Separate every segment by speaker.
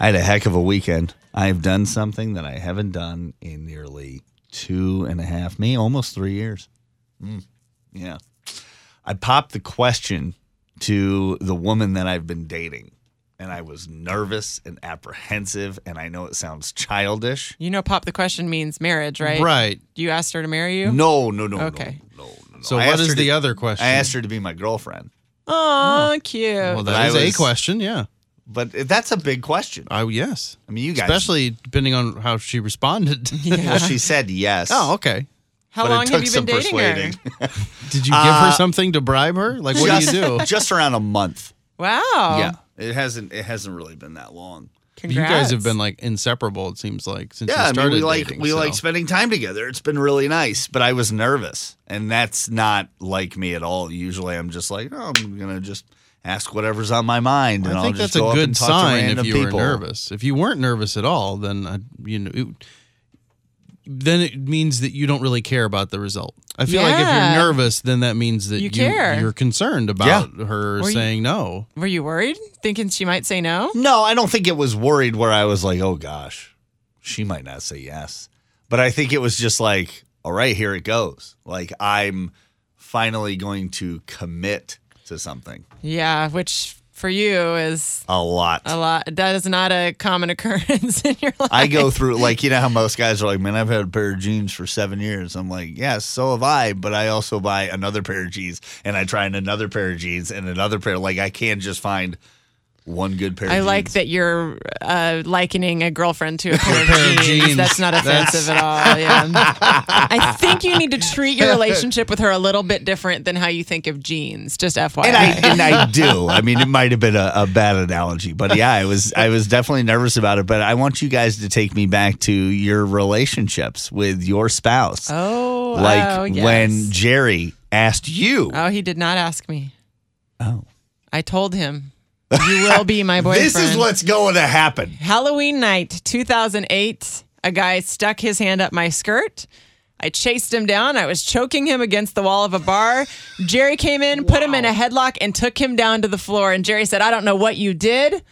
Speaker 1: I had a heck of a weekend. I've done something that I haven't done in nearly two and a half, me almost three years. Mm, yeah. I popped the question to the woman that I've been dating, and I was nervous and apprehensive. And I know it sounds childish.
Speaker 2: You know, pop the question means marriage, right?
Speaker 3: Right.
Speaker 2: You asked her to marry you.
Speaker 1: No, no, no,
Speaker 2: Okay.
Speaker 1: no, no, no, no.
Speaker 3: So
Speaker 1: I
Speaker 3: what
Speaker 1: asked
Speaker 3: is
Speaker 1: her
Speaker 3: the
Speaker 1: to-
Speaker 3: other question?
Speaker 1: I asked her to be my girlfriend,
Speaker 2: Aw, cute.
Speaker 3: Well,
Speaker 1: But I
Speaker 3: that is
Speaker 1: was-
Speaker 3: a question. Yeah.
Speaker 1: but that's a big question.
Speaker 3: I yes.
Speaker 1: I mean, you guys.
Speaker 3: Especially depending on how she responded.
Speaker 1: well, she said yes.
Speaker 3: oh, okay.
Speaker 2: How
Speaker 1: but it
Speaker 2: long
Speaker 1: took
Speaker 2: have you
Speaker 1: some
Speaker 2: been dating
Speaker 1: persuading.
Speaker 2: her?
Speaker 3: Did you give her something to bribe her? Like, what do you do?
Speaker 1: Uh,
Speaker 3: Uh-huh.
Speaker 1: Just around a month.
Speaker 2: Wow.
Speaker 1: Yeah, it hasn't. It hasn't really been that long.
Speaker 3: You
Speaker 2: Congrats.
Speaker 3: guys have been like inseparable. It seems like since
Speaker 1: Yeah,
Speaker 3: you
Speaker 1: I mean,
Speaker 3: started.
Speaker 1: we like
Speaker 3: dating,
Speaker 1: we
Speaker 3: so.
Speaker 1: like spending time together. It's been really nice, but I was nervous, and that's not like me at all. Usually, I'm just like, oh, I'm gonna just ask whatever's on my mind, and
Speaker 3: I think
Speaker 1: will just
Speaker 3: that's a
Speaker 1: go up and
Speaker 3: good
Speaker 1: talk to
Speaker 3: sign
Speaker 1: random
Speaker 3: if you
Speaker 1: people.
Speaker 3: were nervous. If you weren't nervous at all, then I, you know, it, then it means that you don't really care about the result. I feel like if
Speaker 2: Yeah.
Speaker 3: you're nervous, then that means that
Speaker 2: You
Speaker 3: you,
Speaker 2: care.
Speaker 3: You're concerned about
Speaker 2: Or
Speaker 3: her
Speaker 2: you-
Speaker 3: saying no.
Speaker 2: Were you worried, thinking she might say no?
Speaker 1: No, I don't think it was worried where I was like, oh gosh, she might not say yes. But I think it was just like, all right, here it goes. Like I'm finally going to commit to something.
Speaker 2: Yeah, which for you is
Speaker 1: A lot.
Speaker 2: a lot. That is not a common occurrence in your life.
Speaker 1: I go through like you know how most guys are like, man, I've had a pair of jeans for seven years. I'm like, yeah, so have I, but I also buy another pair of jeans and I try another pair of jeans and another pair. Like I can't just find one good pair.
Speaker 2: I
Speaker 1: of
Speaker 2: like
Speaker 1: jeans.
Speaker 2: that you're uh, likening a girlfriend to a pair,
Speaker 3: pair
Speaker 2: of
Speaker 3: of
Speaker 2: jeans.
Speaker 3: jeans.
Speaker 2: That's not
Speaker 3: That's-
Speaker 2: offensive at all. Yeah. I think you need to treat your relationship with her a little bit different than how you think of jeans. Just FYI.
Speaker 1: and I and I do. I mean, it might have been a, a bad analogy, but yeah, I was I was definitely nervous about it. But I want you guys to take me back to your relationships with your spouse,
Speaker 2: oh,
Speaker 1: like
Speaker 2: oh, yes.
Speaker 1: when Jerry asked you.
Speaker 2: Oh, he did not ask me.
Speaker 1: Oh.
Speaker 2: I told him you will be my boyfriend.
Speaker 1: This is what's going to happen.
Speaker 2: Halloween night 2008, a guy stuck his hand up my skirt. I chased him down. I was choking him against the wall of a bar. Jerry came in, put him in a headlock, and took him down to the floor. And Jerry said, "I don't know what you did,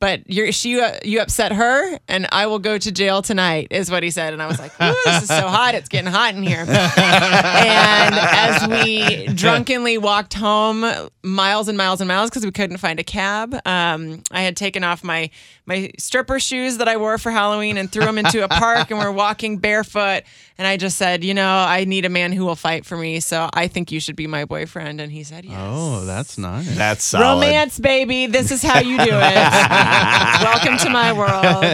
Speaker 2: but you're, she uh, you upset her, and I will go to jail tonight." Is what he said. And I was like, "Ooh, "This is so hot. It's getting hot in here." and as we drunkenly walked home miles and miles and miles because we couldn't find a cab um, i had taken off my my stripper shoes that i wore for halloween and threw them into a park and we're walking barefoot and i just said you know i need a man who will fight for me so i think you should be my boyfriend and he said yes
Speaker 3: Oh, that's nice.
Speaker 1: That's solid.
Speaker 2: romance baby this is how you do it welcome to my world